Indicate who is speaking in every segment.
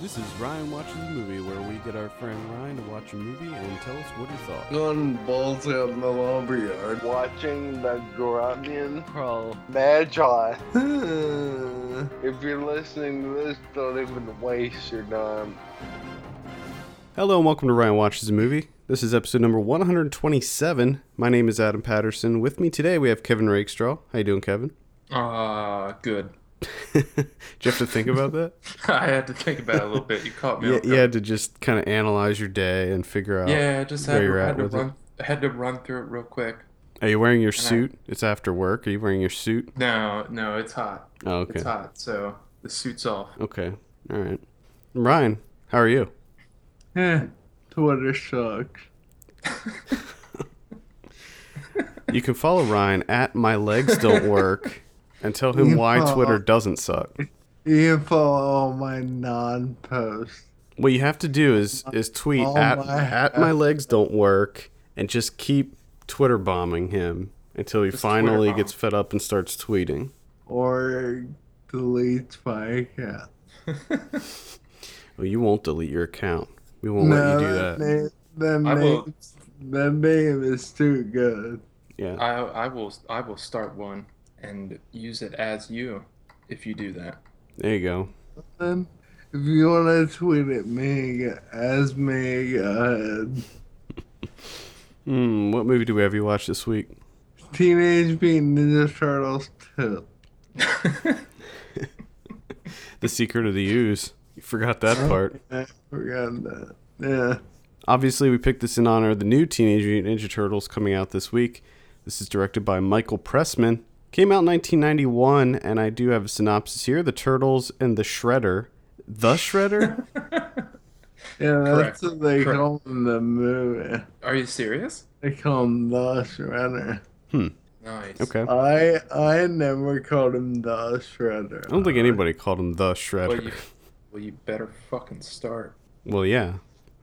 Speaker 1: This is Ryan Watches a Movie, where we get our friend Ryan to watch a movie and tell us what he thought.
Speaker 2: Gun balls out in the lumber yard.
Speaker 3: watching the Grunion Pro Magi. If you're listening to this, don't even waste your time.
Speaker 1: Hello and welcome to Ryan Watches a Movie. This is episode number 127. My name is Adam Patterson. With me today we have Kevin Rakestraw. How you doing, Kevin?
Speaker 4: Ah, good.
Speaker 1: Did you have to think about that?
Speaker 4: I had to think about it a little bit. You caught me.
Speaker 1: yeah,
Speaker 4: off
Speaker 1: you
Speaker 4: guard.
Speaker 1: had to just kind of analyze your day and figure out.
Speaker 4: yeah. I Just had,
Speaker 1: where you're
Speaker 4: to-
Speaker 1: at
Speaker 4: had to
Speaker 1: with
Speaker 4: run. I had to run through it real quick.
Speaker 1: Are you wearing your suit? It's after work. Are you wearing your suit?
Speaker 4: No, no, it's hot.
Speaker 1: Oh, okay.
Speaker 4: It's hot. So the suit's off.
Speaker 1: Okay. All right. Ryan, how are you?
Speaker 2: Eh, Twitter sucks.
Speaker 1: You can follow Ryan at my legs don't work and tell him why
Speaker 2: Yeah.
Speaker 1: Twitter doesn't suck.
Speaker 2: You can follow uh, all my non posts.
Speaker 1: What you have to do is is tweet
Speaker 2: Oh
Speaker 1: at
Speaker 2: my-
Speaker 1: at my legs don't work and just keep Twitter bombing him until he
Speaker 4: Just Twitter
Speaker 1: finally
Speaker 4: bomb.
Speaker 1: gets fed up and starts tweeting.
Speaker 2: Or delete my account.
Speaker 1: Well, Oh, you won't delete your account. We won't let you do that.
Speaker 2: Name, the,
Speaker 4: I will-
Speaker 2: name, the name is too good.
Speaker 1: Yeah.
Speaker 4: I I will I will start one and use it as you if you do that.
Speaker 1: There you go.
Speaker 2: Then, if you want to tweet at me, as me, uh,
Speaker 1: Hmm, what movie do we have you watched this week?
Speaker 2: Teenage Mutant Ninja Turtles 2.
Speaker 1: The Secret of the Ooze. You forgot that part.
Speaker 2: I forgot that. Yeah.
Speaker 1: Obviously, we picked this in honor of the new Teenage Mutant Ninja Turtles coming out this week. This is directed by Michael Pressman. Came out in 1991, and I do have a synopsis here The Turtles and the Shredder. The Shredder?
Speaker 2: Yeah, that's
Speaker 4: Correct.
Speaker 2: what they
Speaker 4: Correct.
Speaker 2: call him in the movie.
Speaker 4: Are you serious?
Speaker 2: They call him the Shredder.
Speaker 4: Nice.
Speaker 1: Okay. I
Speaker 2: I I never called him the Shredder.
Speaker 1: don't think anybody called him The
Speaker 4: Uh, Well, you,
Speaker 1: Shredder.
Speaker 4: well, you better fucking start.
Speaker 1: Well, yeah.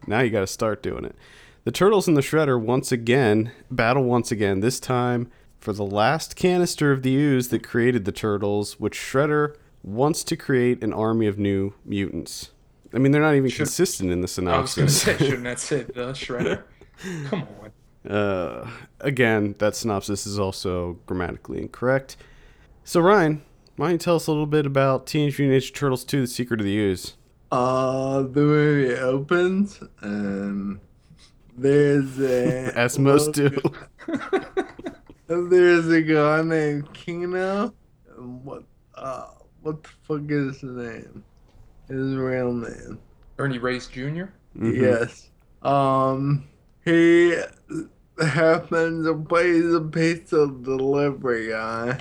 Speaker 1: Now you got to start doing it. The Turtles and the Shredder once again battle once again, this time for the last canister of the ooze that created the Turtles, which Shredder wants to create an army of new mutants. I mean, they're not even consistent in the
Speaker 4: I was gonna
Speaker 1: synopsis.
Speaker 4: say, shouldn't that say the shredder? Come on.
Speaker 1: uh, again, that synopsis is also grammatically incorrect. So, Ryan, why don't you tell us a little bit about Teenage Mutant Ninja Turtles 2 The Secret of the Ooze?
Speaker 2: Uh, the movie opens and there's a
Speaker 1: As most do.
Speaker 2: There's a guy named Kino. And what uh what the fuck is his name? His real name.
Speaker 4: Ernie Reyes Jr.
Speaker 1: Mhm.
Speaker 2: Yes. Um, he happens to play the pizza delivery guy,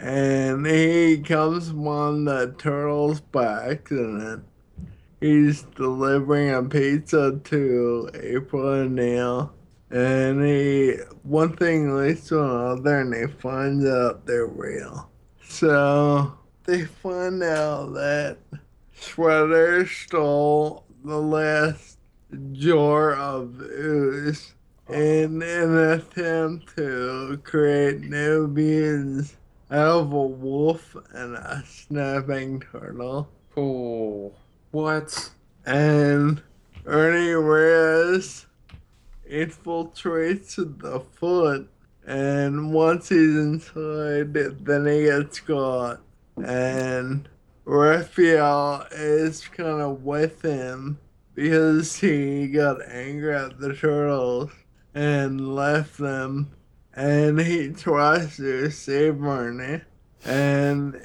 Speaker 2: and he comes upon the turtles by accident. He's delivering a pizza to April and Neil, and he one thing leads to another, and he finds out they're real. So they find out that Shredder stole the last jar of ooze in an attempt to create new beings out of a wolf and a snapping turtle.
Speaker 4: Oh, what?
Speaker 2: And Ernie Reyes infiltrates the foot, and once he's inside, then he gets caught. And Raphael is kind of with him because he got angry at the turtles and left them. And he tries to save Ernie, and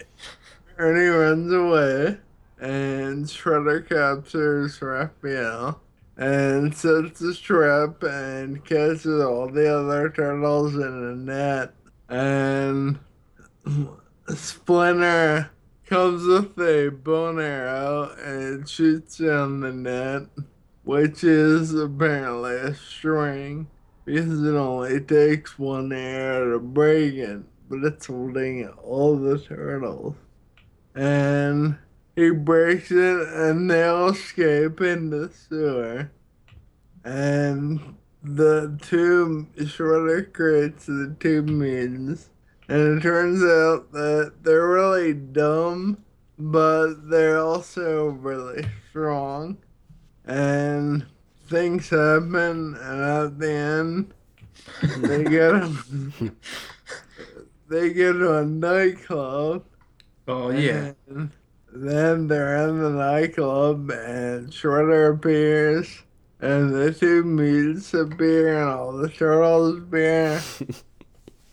Speaker 2: Ernie runs away and Shredder captures Raphael and sets a trap and catches all the other turtles in a net. And Splinter comes with a bone arrow and shoots down the net, which is apparently a string because it only takes one arrow to break it, but it's holding all the turtles. And he breaks it and they all escape in the sewer. And the two Shredder creates the two mutants. And it turns out that they're really dumb. but they're also really strong. And things happen, and at the end, they get a, they get to a nightclub.
Speaker 4: Oh yeah.
Speaker 2: and Then they're in the nightclub, and Shredder appears, and the two mutants appear, and all the turtles appear,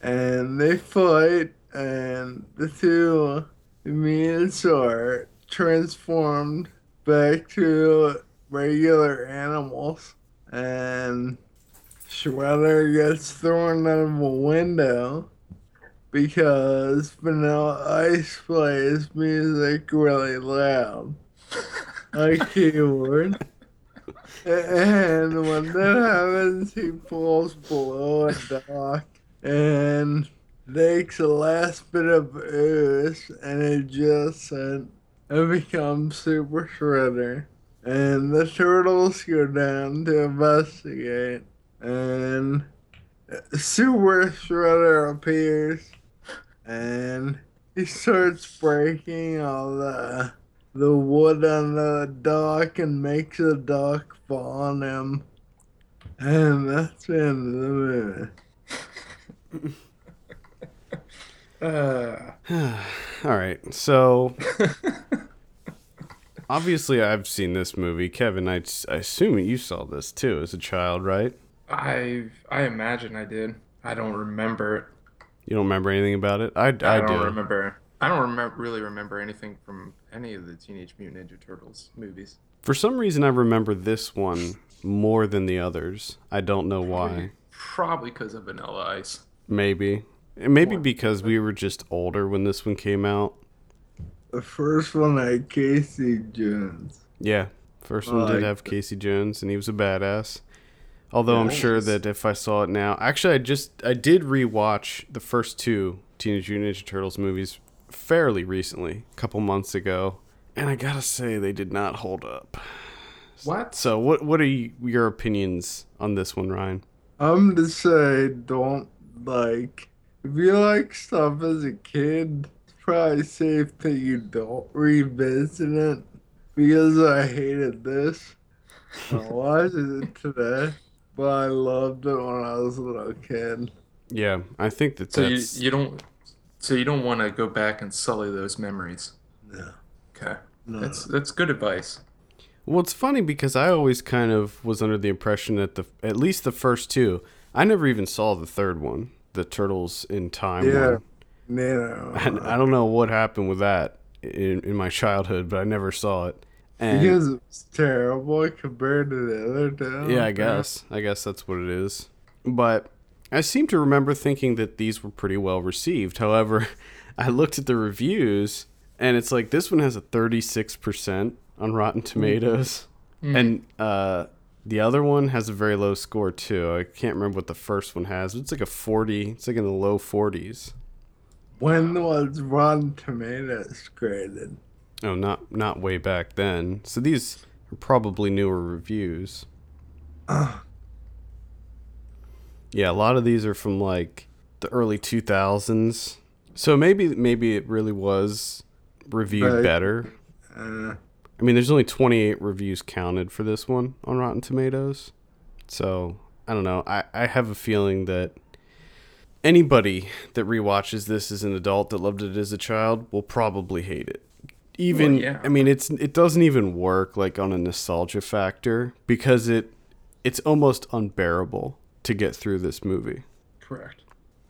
Speaker 2: and they fight, and the two mutants are transformed back to regular animals, and Shredder gets thrown out of a window because Vanilla Ice plays music really loud. A keyboard. And when that happens, he pulls below a dock and takes the last bit of ooze and adjusts it and becomes Super Shredder. And the turtles go down to investigate. And Super Shredder appears and he starts breaking all the the wood on the dock and makes the dock fall on him. And that's the end of the movie.
Speaker 4: Uh,
Speaker 1: All right. So obviously, I've seen this movie. Kevin, I, s- I assume you saw this too as a child, right?
Speaker 4: I I imagine I did. I don't remember it.
Speaker 1: You don't remember anything about it? I, I,
Speaker 4: I, don't
Speaker 1: do.
Speaker 4: remember. I don't remember really remember anything from any of the Teenage Mutant Ninja Turtles movies.
Speaker 1: For some reason, I remember this one more than the others. I don't know why.
Speaker 4: Probably because of Vanilla Ice.
Speaker 1: Maybe. And Maybe because we were just older when this one came out.
Speaker 2: The first one had Casey Jones.
Speaker 1: Yeah. First one did
Speaker 2: Like-
Speaker 1: have Casey Jones, and he was a badass. Although I'm sure
Speaker 4: Nice.
Speaker 1: that if I saw it now, actually, I just I did rewatch the first two Teenage Mutant Ninja Turtles movies fairly recently, a couple months ago, and I gotta say they did not hold up.
Speaker 4: What?
Speaker 1: So, what what are y your opinions on this one, Ryan?
Speaker 2: I'm to say, don't like. If you like stuff as a kid, it's probably safe that you don't revisit it because I hated this. I watched it today, but I loved it when I was a little kid.
Speaker 1: Yeah, I think that
Speaker 4: So you,
Speaker 1: that's
Speaker 4: you don't so you don't want to go back and sully those memories.
Speaker 2: No.
Speaker 4: Okay,
Speaker 2: No.
Speaker 4: that's that's good advice.
Speaker 1: Well, it's funny because I always kind of was under the impression that the at least the first two, I never even saw the third one, the Turtles in Time.
Speaker 2: Yeah.
Speaker 1: one.
Speaker 2: no.
Speaker 1: I, I don't know what happened with that in, in my childhood, but I never saw it. And
Speaker 2: Because it's terrible compared to the other two.
Speaker 1: yeah, I guess I guess that's what it is. But I seem to remember thinking that these were pretty well received. However, I looked at the reviews, and it's like this one has a thirty-six percent on Rotten Tomatoes, and uh, the other one has a very low score too. I can't remember what the first one has. But it's like a forty. It's like in the low forties.
Speaker 2: When was Rotten Tomatoes created?
Speaker 1: Oh, not not way back then. So these are probably newer reviews.
Speaker 2: Ugh.
Speaker 1: Yeah, a lot of these are from like the early 2000s. So maybe maybe it really was reviewed
Speaker 2: Right.
Speaker 1: better.
Speaker 2: Uh,
Speaker 1: I mean, there's only 28 reviews counted for this one on Rotten Tomatoes. So, I don't know. I, I have a feeling that anybody that rewatches this as an adult that loved it as a child will probably hate it. Even
Speaker 4: Well, yeah.
Speaker 1: I mean, it's it doesn't even work like on a nostalgia factor because it it's almost unbearable to get through this movie.
Speaker 4: Correct.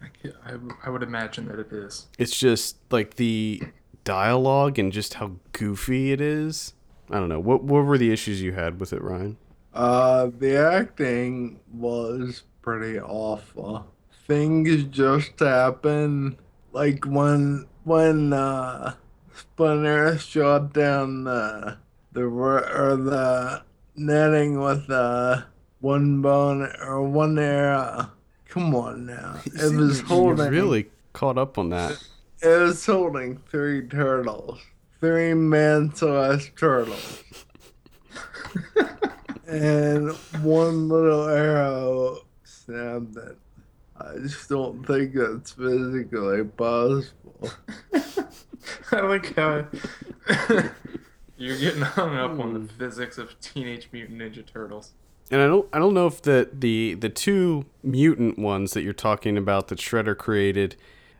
Speaker 4: I, c- I w- I would imagine that it is.
Speaker 1: It's just like the dialogue and just how goofy it is. I don't know. What what were the issues you had with it, Ryan?
Speaker 2: uh, the acting was pretty awful. Things just happen, like when when uh, Splinter shot down the the ro- or the netting with uh, one bone or one arrow. Come on now, it was holding.
Speaker 1: You really caught up on that.
Speaker 2: It was holding three turtles, three man-sized turtles, and one little arrow snapped it. I just don't think that's physically possible.
Speaker 4: I like how you're getting hung up on the physics of Teenage Mutant Ninja Turtles.
Speaker 1: And I don't I don't know if the the the two mutant ones that you're talking about that Shredder created,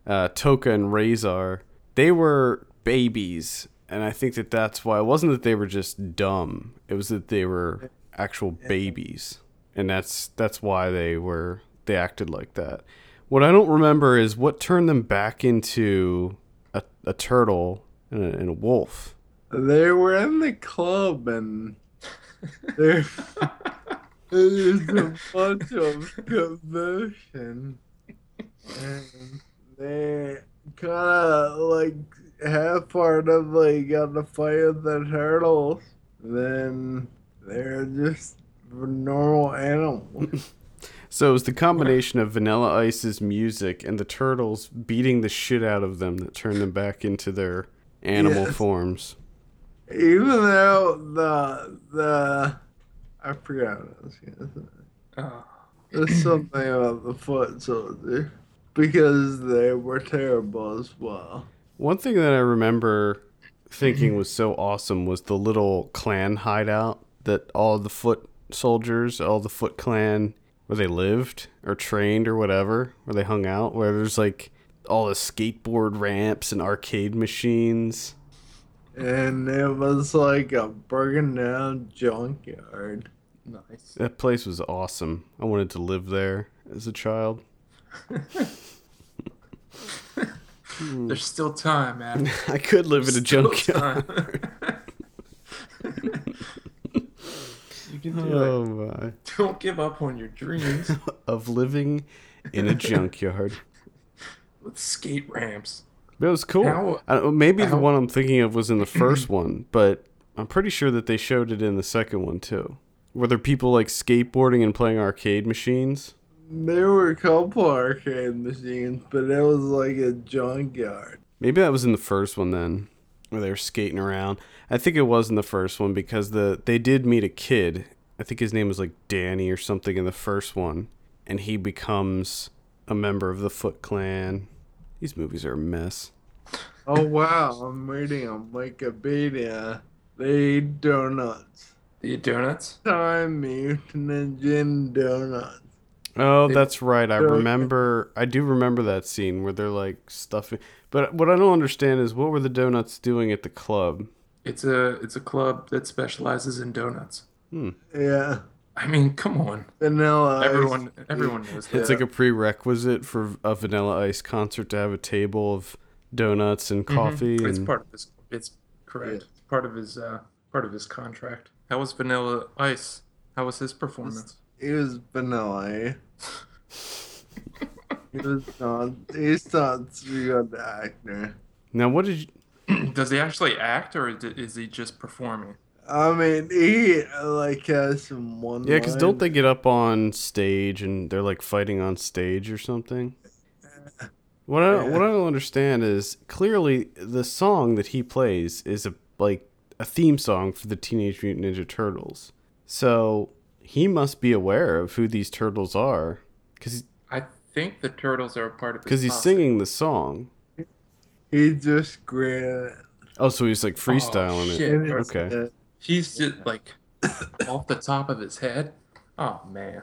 Speaker 1: uh, Toka and Razor, they were babies, and I think that that's why it wasn't that they were just dumb. It was that they were actual babies, and that's that's why they were they acted like that. What I don't remember is what turned them back into a, a turtle and a, and a wolf.
Speaker 2: They were in the club and there there's a bunch of commotion. And they kind of like half-heartedly got to fight with the turtles. Then they're just normal animals.
Speaker 1: So it was the combination of Vanilla Ice's music and the turtles beating the shit out of them that turned them back into their animal
Speaker 2: Yes.
Speaker 1: forms.
Speaker 2: Even though the the I forgot what I was gonna say.
Speaker 4: Oh,
Speaker 2: There's something about the foot soldier because they were terrible as well.
Speaker 1: One thing that I remember thinking was so awesome was the little clan hideout that all the foot soldiers, all the foot clan, where they lived or trained or whatever, where they hung out, where there's like all the skateboard ramps and arcade machines.
Speaker 2: And it was like a broken down junkyard.
Speaker 4: nice.
Speaker 1: That place was awesome. I wanted to live there as a child.
Speaker 4: There's still time, man.
Speaker 1: I could live in Hmm. a
Speaker 4: Still
Speaker 1: junkyard.
Speaker 4: time. you can do
Speaker 1: Oh my.
Speaker 4: it. Don't give up on your dreams
Speaker 1: Of living in a junkyard.
Speaker 4: with skate ramps.
Speaker 1: That was cool.
Speaker 4: How-
Speaker 1: I don't- maybe the
Speaker 4: how-
Speaker 1: one I'm thinking of was in the first one, but I'm pretty sure that they showed it in the second one too. Were there people like skateboarding and playing arcade machines?
Speaker 2: There were a couple arcade machines, but it was like a junkyard.
Speaker 1: Maybe that was in the first one then, where they were skating around. I think it was in the first one because the they did meet a kid. I think his name was like Danny or something in the first one, and he becomes a member of the Foot Clan. These movies are a mess.
Speaker 2: Oh wow, I'm reading on Wikipedia. They eat donuts.
Speaker 4: Do you donuts?
Speaker 2: Time mutant and gin donuts.
Speaker 1: Oh,
Speaker 4: They-
Speaker 1: that's right. I
Speaker 2: they're-
Speaker 1: remember. I do remember that scene where they're like stuffing. But what I don't understand is what were the donuts doing at the club?
Speaker 4: It's a it's a club that specializes in donuts.
Speaker 2: Yeah.
Speaker 4: I mean, come on.
Speaker 2: Vanilla. ice.
Speaker 4: Everyone everyone knows that.
Speaker 1: It's like a prerequisite for a Vanilla Ice concert to have a table of donuts and coffee.
Speaker 4: Mm-hmm. It's
Speaker 1: and-
Speaker 4: part of his. It's correct.
Speaker 2: Yeah.
Speaker 4: It's part of his. Uh, part of his contract. How was Vanilla Ice? How was his performance?
Speaker 2: He was vanilla. he was not. He's not a good actor.
Speaker 1: now, what did you,
Speaker 4: Does he actually act, or is is he just performing?
Speaker 2: I mean, he like has some one.
Speaker 1: Yeah, because don't they get up on stage and they're like fighting on stage or something? What I what I don't understand is clearly the song that he plays is a like a theme song for the Teenage Mutant Ninja Turtles. So he must be aware of who these turtles are, because
Speaker 4: I think the turtles are a part of. his
Speaker 1: because he's
Speaker 4: posse.
Speaker 1: singing the song.
Speaker 2: He just grin.
Speaker 1: Oh, so he's like freestyling
Speaker 4: Oh,
Speaker 1: it.
Speaker 4: shit.
Speaker 1: Okay.
Speaker 4: He's just like off the top of his head. Oh man.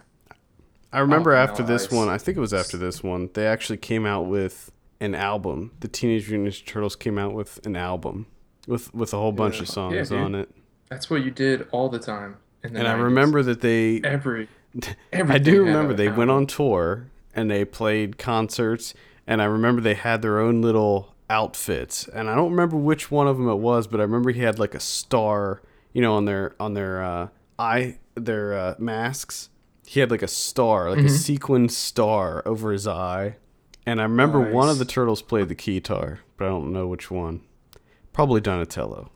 Speaker 1: I remember
Speaker 4: Oh,
Speaker 1: after
Speaker 4: no,
Speaker 1: this
Speaker 4: I s-
Speaker 1: one, I think it was after this one, they actually came out with an album. The Teenage Mutant Ninja Turtles came out with an album with with a whole bunch of songs
Speaker 4: dude.
Speaker 1: on it.
Speaker 4: That's what you did all the time. In the
Speaker 1: And I
Speaker 4: 90s.
Speaker 1: remember that they
Speaker 4: every.
Speaker 1: I
Speaker 4: everything had
Speaker 1: do remember
Speaker 4: a
Speaker 1: they went
Speaker 4: album.
Speaker 1: on tour and they played concerts and I remember they had their own little outfits and I don't remember which one of them it was but I remember he had like a star you know on their on their uh, eye their uh, masks he had like a star like a
Speaker 4: Mm-hmm.
Speaker 1: sequined star over his eye and I remember one of
Speaker 4: Nice.
Speaker 1: the turtles played the guitar but I don't know which one probably Donatello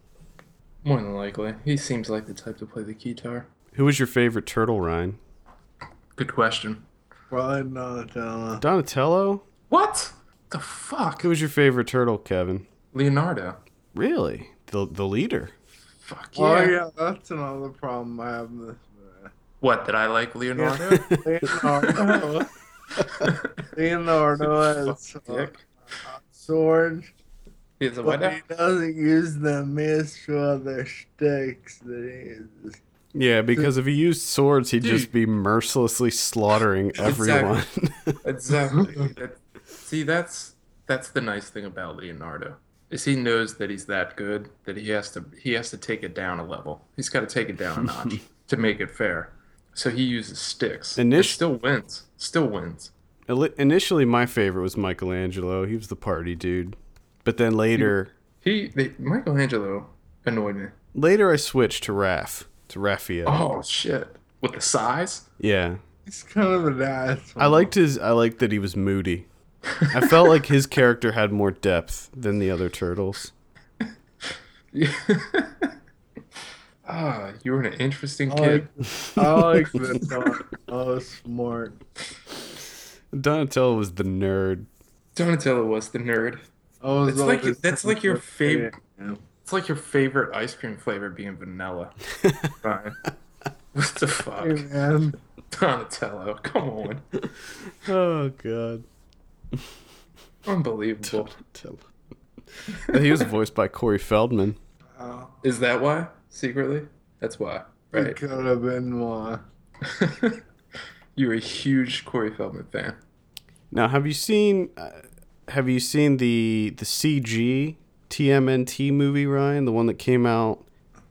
Speaker 4: More than likely, he seems like the type to play the guitar.
Speaker 1: who was your favorite turtle Ryan
Speaker 4: Good question.
Speaker 2: Probably not Donald.
Speaker 1: Donatello
Speaker 4: What the fuck?
Speaker 1: who was your favorite turtle Kevin
Speaker 4: Leonardo.
Speaker 1: Really? The the leader.
Speaker 4: Fuck yeah.
Speaker 2: Oh yeah, that's another problem I have in this movie.
Speaker 4: What did I like Leonardo?
Speaker 2: Leonardo, Leonardo has
Speaker 4: Dick.
Speaker 2: a sword
Speaker 4: He's a
Speaker 2: But
Speaker 4: what?
Speaker 2: he doesn't use the mist for the sticks that he uses.
Speaker 1: Yeah, because if he used swords, he'd just
Speaker 4: Dude.
Speaker 1: be mercilessly slaughtering everyone.
Speaker 4: Exactly. That- see, that's that's the nice thing about Leonardo is he knows that he's that good that he has to he has to take it down a level. He's got to take it down a notch to make it fair. So he uses sticks. And
Speaker 1: Init-
Speaker 4: still wins. Still wins.
Speaker 1: Ili- Initially, my favorite was Michelangelo. He was the party dude. But then later,
Speaker 4: He they, Michelangelo annoyed me.
Speaker 1: later I switched to Raph, to Raphael.
Speaker 4: Oh shit! With the size.
Speaker 1: Yeah,
Speaker 2: He's kind of an asshole.
Speaker 1: I liked his. I liked that he was moody. I felt like his character had more depth than the other turtles.
Speaker 4: ah, you were an interesting
Speaker 2: I like,
Speaker 4: kid.
Speaker 2: I like the Oh, smart.
Speaker 1: Donatello was the nerd.
Speaker 4: Donatello was the nerd.
Speaker 2: I was
Speaker 4: It's like-
Speaker 2: always-
Speaker 4: that's like your favorite-
Speaker 2: Yeah.
Speaker 4: It's like your favorite ice cream flavor being vanilla. Fine. what the fuck,
Speaker 2: Hey, man.
Speaker 4: Donatello? Come on,
Speaker 1: Oh God,
Speaker 4: unbelievable.
Speaker 1: Donatello. he was voiced by Corey Feldman.
Speaker 2: Oh,
Speaker 4: Is that why? Secretly, that's why,
Speaker 2: it
Speaker 4: right?
Speaker 2: could have been more.
Speaker 4: You're a huge Corey Feldman fan.
Speaker 1: Now, have you seen uh, have you seen the the CG TMNT movie, Ryan? The one that came out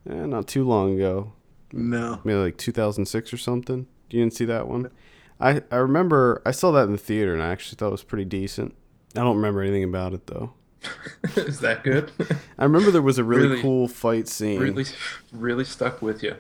Speaker 1: eh, not too long ago,
Speaker 2: No.
Speaker 1: maybe like 2006 or something. You didn't see that one? I I remember I saw that in the theater and I actually thought it was pretty decent. I don't remember anything about it though.
Speaker 4: Is that good?
Speaker 1: I remember there was a really,
Speaker 4: Really?
Speaker 1: cool fight scene.
Speaker 4: really, really stuck with you.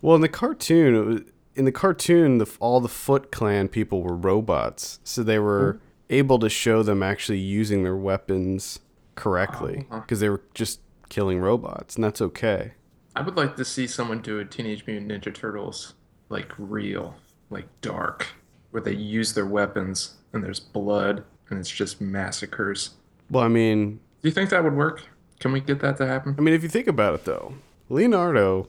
Speaker 1: Well, in the cartoon, it was, in the cartoon, the, all the Foot Clan people were robots, so they were
Speaker 4: Mm-hmm.
Speaker 1: able to show them actually using their weapons correctly
Speaker 4: Uh-huh.
Speaker 1: because they were just killing robots, and that's okay.
Speaker 4: I would like to see someone do a Teenage Mutant Ninja Turtles like real, like dark, where they use their weapons and there's blood and it's just massacres.
Speaker 1: Well, I mean,
Speaker 4: Do you think that would work? Can we get that to happen?
Speaker 1: I mean, if you think about it though, Leonardo,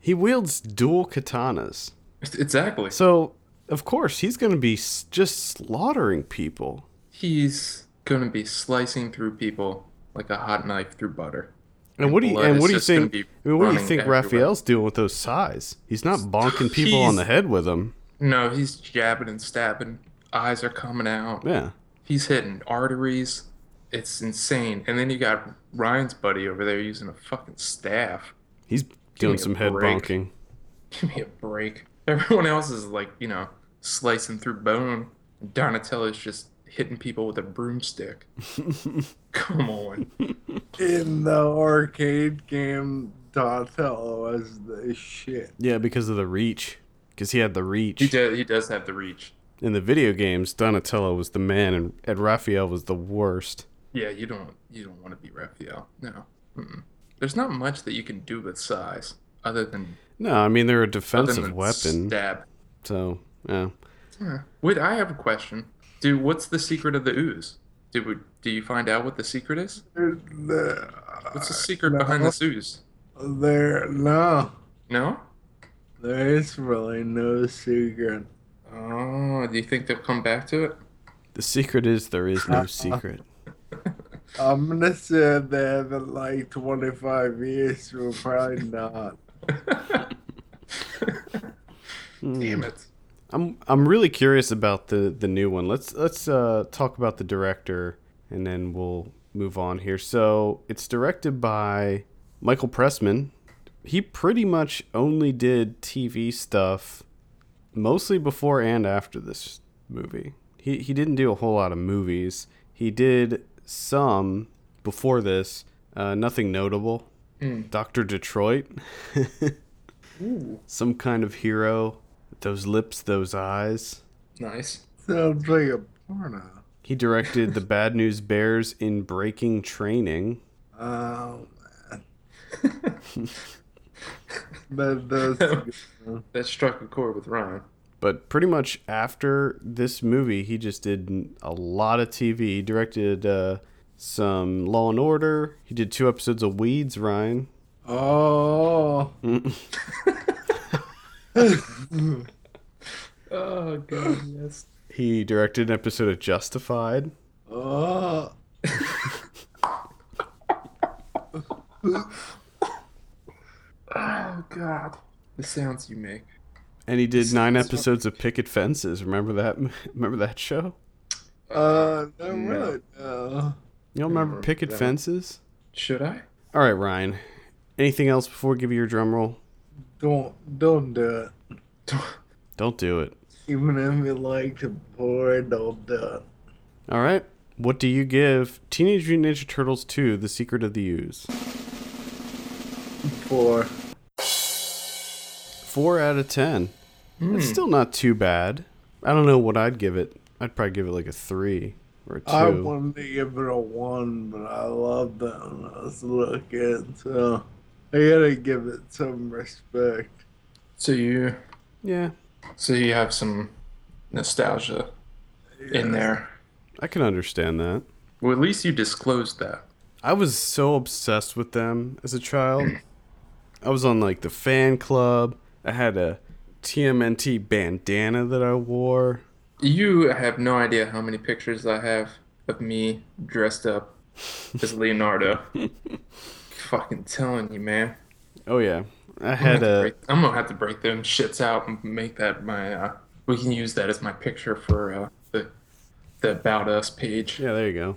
Speaker 1: he wields dual katanas,
Speaker 4: Exactly.
Speaker 1: so of course he's going to be s- just slaughtering people.
Speaker 4: He's gonna be slicing through people like a hot knife through butter.
Speaker 1: And what do you
Speaker 4: blood
Speaker 1: and
Speaker 4: is
Speaker 1: what do you
Speaker 4: just gonna
Speaker 1: think?
Speaker 4: be
Speaker 1: I mean, what do you
Speaker 4: running
Speaker 1: think
Speaker 4: everywhere.
Speaker 1: Raphael's doing with those size? He's not bonking people on
Speaker 4: He's-
Speaker 1: the head with them.
Speaker 4: No, he's jabbing and stabbing. Eyes are coming out.
Speaker 1: Yeah.
Speaker 4: He's hitting arteries. It's insane. And then you got Ryan's buddy over there using a fucking staff.
Speaker 1: He's doing
Speaker 4: me a
Speaker 1: some head
Speaker 4: break.
Speaker 1: bonking.
Speaker 4: Give me a break. Everyone else is like, you know, slicing through bone. Donatello's just hitting people with a broomstick. Come on.
Speaker 2: In the arcade game, Donatello was the shit.
Speaker 1: Yeah, because of the reach. Because he had the reach.
Speaker 4: He does he does have the reach.
Speaker 1: In the video games, Donatello was the man, and, and Raphael was the worst.
Speaker 4: Yeah, you don't you don't want to be Raphael. No. Mm-mm. There's not much that you can do with size other than
Speaker 1: No, I mean they're a
Speaker 4: other
Speaker 1: defensive
Speaker 4: than
Speaker 1: weapon.
Speaker 4: stab.
Speaker 1: so yeah,
Speaker 4: Huh. Wait, I have a question. Dude, what's the secret of the ooze? Do we, do you find out what the secret is?
Speaker 2: There's the-
Speaker 4: What's the secret
Speaker 2: Uh, no.
Speaker 4: behind this ooze?
Speaker 2: There, no.
Speaker 4: No?
Speaker 2: There is really no secret.
Speaker 4: Oh, do you think they'll come back to it?
Speaker 1: the secret is there is no secret.
Speaker 2: I'm gonna say that in like 25 years, we're probably not.
Speaker 4: Damn it.
Speaker 1: I'm I'm really curious about the the new one. Let's let's uh, talk about the director, and then we'll move on here. So it's directed by Michael Pressman. He pretty much only did TV stuff, mostly before and after this movie. He he didn't do a whole lot of movies. He did some before this. Uh, nothing notable. Doctor Detroit. Some kind of hero. Those lips, those eyes.
Speaker 4: Nice.
Speaker 2: Sounds like a porno.
Speaker 1: He directed the Bad News Bears in Breaking Training.
Speaker 2: Um, that does.
Speaker 4: That struck a chord with Ryan.
Speaker 1: But pretty much after this movie, he just did n- a lot of TV. He directed uh, some Law and Order. He did two episodes of Weeds, Ryan.
Speaker 2: Oh,
Speaker 4: Oh god, yes.
Speaker 2: Uh,
Speaker 1: He directed an episode of Justified.
Speaker 2: oh.
Speaker 4: Oh God, the sounds you make.
Speaker 1: And he did
Speaker 4: It's-
Speaker 1: nine
Speaker 4: it's-
Speaker 1: episodes of Picket Fences. Remember that? Remember that show?
Speaker 2: Uh, no,
Speaker 4: no.
Speaker 2: really. Uh,
Speaker 1: You don't remember
Speaker 4: Remember
Speaker 1: Picket
Speaker 4: that.
Speaker 1: Fences?
Speaker 4: Should I?
Speaker 1: All right, Ryan. Anything else before we give you your drum roll?
Speaker 2: don't don't do it.
Speaker 1: Don't do it.
Speaker 2: Even if you like to pour it, don't do it.
Speaker 1: All right. What do you give Teenage Mutant Ninja Turtles 2: The Secret of the Ooze?
Speaker 2: Pour.
Speaker 1: Four out of ten. It's still not too bad. I don't know what I'd give it. I'd probably give it like a three or a two.
Speaker 2: I wanted to give it a one, but I love that when I was looking, so I gotta give it some respect.
Speaker 4: So you,
Speaker 1: yeah,
Speaker 4: so you have some nostalgia in there.
Speaker 1: I can understand that.
Speaker 4: Well, at least you disclosed that.
Speaker 1: I was so obsessed with them as a child. I was on like the fan club. I had a TMNT bandana that I wore.
Speaker 4: You have no idea how many pictures I have of me dressed up as Leonardo. Fucking telling you, man.
Speaker 1: Oh yeah, I
Speaker 4: I'm
Speaker 1: had
Speaker 4: gonna, have to
Speaker 1: a
Speaker 4: break, I'm gonna have to break them shits out and make that my. Uh, we can use that as my picture for uh, the the about us page.
Speaker 1: yeah. There you go.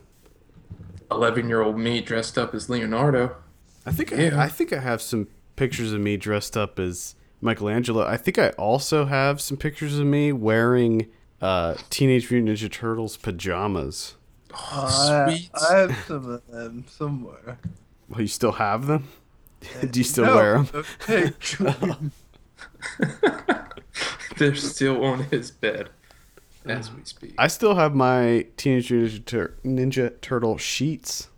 Speaker 4: Eleven year old me dressed up as Leonardo.
Speaker 1: I think
Speaker 4: Yeah.
Speaker 1: I, I think I have some pictures of me dressed up as Michelangelo. I think I also have some pictures of me wearing uh, Teenage Mutant Ninja Turtles pajamas.
Speaker 2: I,
Speaker 4: Sweet.
Speaker 2: I have some of them somewhere.
Speaker 1: Well, you still have them? Do you still wear them?
Speaker 2: a picture.
Speaker 4: They're still on his bed as we speak.
Speaker 1: I still have my Teenage Mutant Ninja, Tur- Ninja Turtle sheets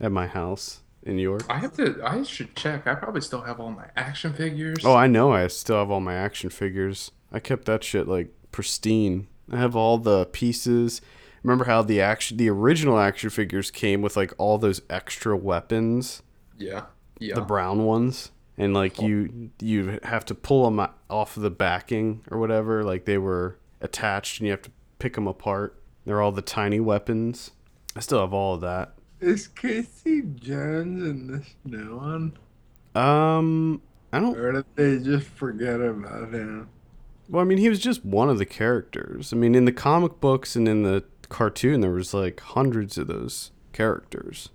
Speaker 1: at my house in York.
Speaker 4: I have to. I should check. I probably still have all my action figures.
Speaker 1: Oh, I know. I still have all my action figures. I kept that shit like pristine. I have all the pieces. Remember how the action, the original action figures came with like all those extra weapons,
Speaker 4: yeah, yeah.
Speaker 1: the brown ones, and like you you have to pull them off of the backing or whatever. Like they were attached, and you have to pick them apart. They're all the tiny weapons. I still have all of that.
Speaker 2: Is Casey Jones in this new one?
Speaker 1: Um, I don't
Speaker 2: Or did they just forget about him?
Speaker 1: Well, I mean, he was just one of the characters. I mean, in the comic books and in the cartoon, there was like hundreds of those characters.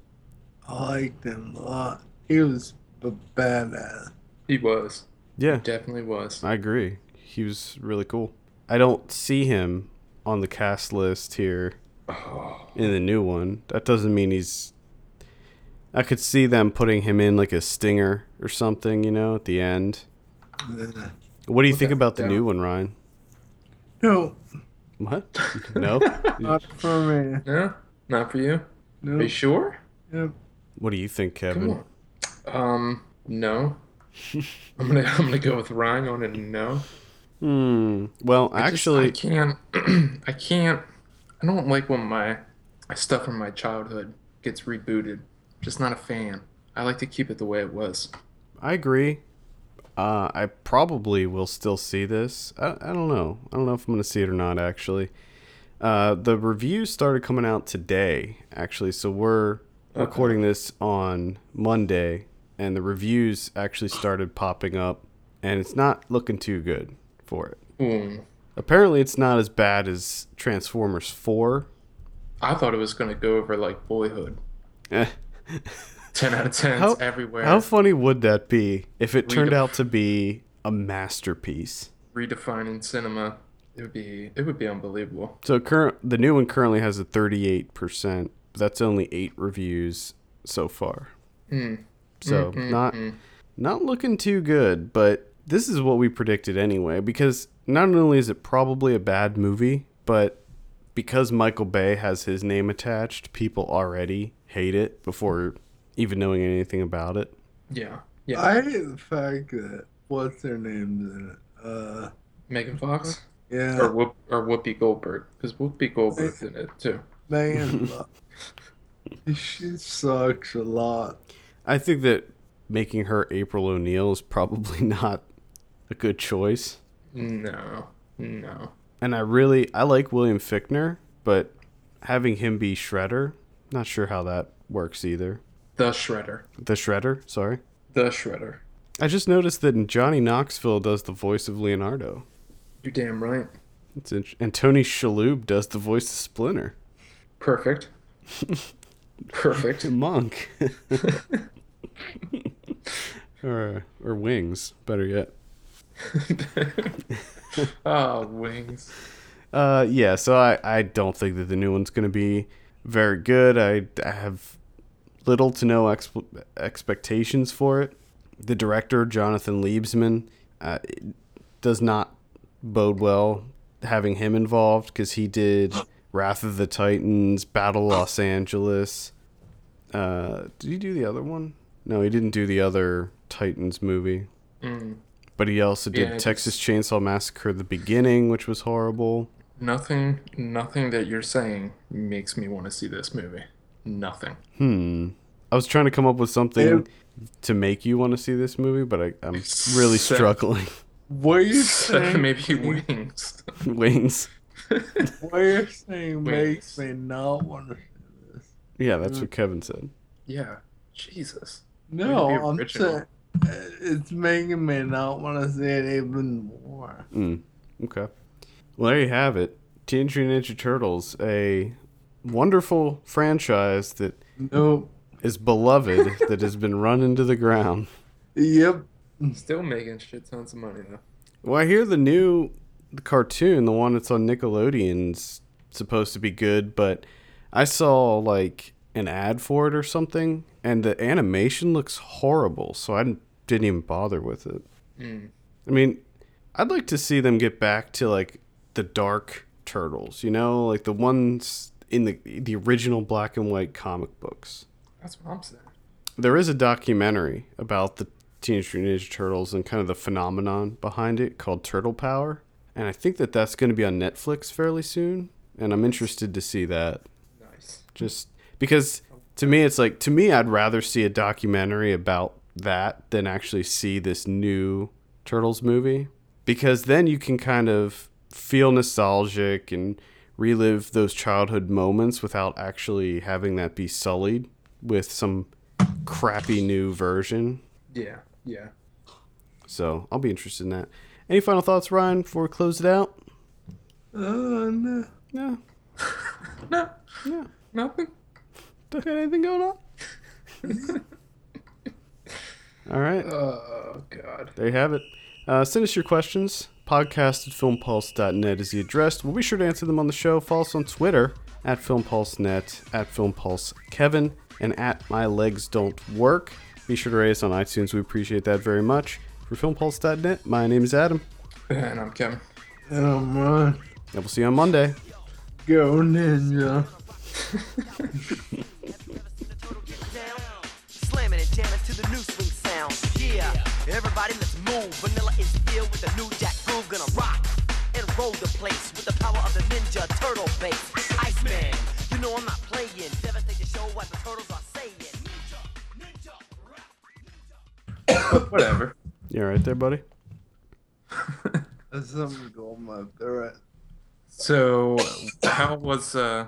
Speaker 2: I liked him a lot. He was a badass.
Speaker 4: he was
Speaker 1: Yeah,
Speaker 4: definitely was.
Speaker 1: I agree. He was really cool. I don't see him on the cast list here
Speaker 4: Oh,
Speaker 1: in the new one. That doesn't mean he's. I could see them putting him in like a stinger or something, you know, at the end. What do you think
Speaker 4: that
Speaker 1: about the
Speaker 4: down.
Speaker 1: new one, Ryan?
Speaker 2: No,
Speaker 1: What? No.
Speaker 2: not for me.
Speaker 4: no, not for you. Are you
Speaker 2: No,
Speaker 4: sure?
Speaker 2: yep.
Speaker 1: what do you think,
Speaker 4: Come
Speaker 1: Kevin?
Speaker 4: on. Um, no. I'm gonna I'm gonna go with Ryan on a no.
Speaker 1: Hmm. Well,
Speaker 4: I just-
Speaker 1: actually,
Speaker 4: I can't. I can't. I don't like when my stuff from my childhood gets rebooted. Just not a fan. I like to keep it the way it was.
Speaker 1: I agree. Uh, I probably will still see this. I, I don't know. I don't know if I'm going to see it or not, actually. Uh, the reviews started coming out today, actually. So we're recording this on Monday, and the reviews actually started popping up, and it's not looking too good for it.
Speaker 4: Mm.
Speaker 1: Apparently, it's not as bad as Transformers 4.
Speaker 4: I thought it was gonna go over like Boyhood.
Speaker 1: Eh.
Speaker 4: Ten out of tens
Speaker 1: How-
Speaker 4: everywhere.
Speaker 1: How funny would that be if it turned
Speaker 4: Redef-
Speaker 1: out to be a masterpiece?
Speaker 4: Redefining cinema. It would be. It would be unbelievable.
Speaker 1: So current the new one currently has a 38%. but That's only 8 reviews so far.
Speaker 4: Mm.
Speaker 1: So
Speaker 4: Mm, mm,
Speaker 1: Oh, not
Speaker 4: mm.
Speaker 1: not looking too good, but this is what we predicted anyway because not only is it probably a bad movie, but because Michael Bay has his name attached, people already hate it before even knowing anything about it.
Speaker 4: Yeah. Yeah.
Speaker 2: I hate the fact that what's their name's in it. Uh,
Speaker 4: Megan Fox or
Speaker 2: yeah,
Speaker 4: Whoop or Whoopi Goldberg because Whoopi Goldberg's in it too.
Speaker 2: Megan. Fo- she sucks a lot.
Speaker 1: I think that making her April O'Neil is probably not a good choice.
Speaker 4: No. No.
Speaker 1: and I really I like William Fickner, but having him be Shredder, not sure how that works either.
Speaker 4: The Shredder.
Speaker 1: The Shredder, sorry.
Speaker 4: The Shredder.
Speaker 1: I just noticed that Johnny Knoxville does the voice of Leonardo.
Speaker 4: You're damn right.
Speaker 1: It's int- and Tony Shalhoub does the voice of Splinter.
Speaker 4: Perfect. Perfect.
Speaker 1: The monk. or, or Wings, better yet.
Speaker 4: oh, wings.
Speaker 1: Uh, yeah, so I, I don't think that the new one's going to be very good. I, I have little to no exp- expectations for it. The director, Jonathan Liebsman, uh, it does not bode well having him involved because he did Wrath of the Titans, Battle Los Angeles. Uh, did he do the other one? No, he didn't do the other Titans movie.
Speaker 4: Mm.
Speaker 1: But he also did
Speaker 4: Yeah, it's-
Speaker 1: Texas Chainsaw Massacre: The Beginning, which was horrible.
Speaker 4: Nothing. Nothing that you're saying makes me want to see this movie. Nothing.
Speaker 1: Hmm. I was trying to come up with something
Speaker 2: Ew.
Speaker 1: to make you want to see this movie, but I, I'm really
Speaker 4: So-
Speaker 1: struggling.
Speaker 2: What you
Speaker 4: Except
Speaker 2: saying?
Speaker 4: maybe wings.
Speaker 1: Wings.
Speaker 2: What you're saying makes
Speaker 4: Wings.
Speaker 2: me not want to.
Speaker 1: Yeah, that's what Kevin said.
Speaker 4: yeah. Jesus.
Speaker 2: No,
Speaker 4: Maybe
Speaker 2: I'm
Speaker 4: original.
Speaker 2: saying it's making me not want to see it even more.
Speaker 1: Mm. Okay. Well, there you have it. Teenage Mutant Ninja Turtles, a wonderful franchise that
Speaker 2: Nope.
Speaker 1: is beloved that has been run into the ground.
Speaker 2: Yep.
Speaker 4: Still making shit tons of money though.
Speaker 1: Well, I hear the new cartoon, the one that's on Nickelodeon's supposed to be good, but I saw like an ad for it or something, and the animation looks horrible, so I didn't even bother with it.
Speaker 4: Mm.
Speaker 1: I mean, I'd like to see them get back to like the dark turtles, you know, like the ones in the the original black and white comic books.
Speaker 4: That's what I'm saying.
Speaker 1: There is a documentary about the Teenage Mutant Ninja Turtles and kind of the phenomenon behind it called Turtle Power, and I think that that's going to be on Netflix fairly soon, and I'm interested to see that
Speaker 4: Nice.
Speaker 1: just because to me it's like to me I'd rather see a documentary about that than actually see this new Turtles movie because then you can kind of feel nostalgic and relive those childhood moments without actually having that be sullied with some crappy new version.
Speaker 4: Yeah. Yeah.
Speaker 1: So, I'll be interested in that. Any final thoughts, Ryan, before we close it out?
Speaker 2: Oh, no.
Speaker 1: No.
Speaker 4: No.
Speaker 1: No.
Speaker 4: Nothing.
Speaker 1: Don't got anything going on? All right.
Speaker 4: Oh God.
Speaker 1: There you have it. Uh, send us your questions. Podcast at filmpulse.net is the address. We'll be sure to answer them on the show. Follow us on Twitter at filmpulsenet, at filmpulsekevin, and at my legs don't work. Be sure to rate us on iTunes. We appreciate that very much. For filmpulse.net, my name is Adam,
Speaker 4: And I'm Kevin.
Speaker 2: Oh, man.
Speaker 1: and we'll see you on Monday.
Speaker 2: Go, Ninja.
Speaker 5: Slamming and jamming to the new swing sound. Yeah, everybody let's move. Vanilla is filled with a new jack groove. Gonna rock and roll the place with the power of the Ninja Turtle bass. Iceman, you know I'm not playing. Devastate the show what the turtles are saying. Ninja, ninja, rap.
Speaker 4: Whatever.
Speaker 1: You all right there, buddy?
Speaker 2: There's something going on my throat.
Speaker 4: So, how was uh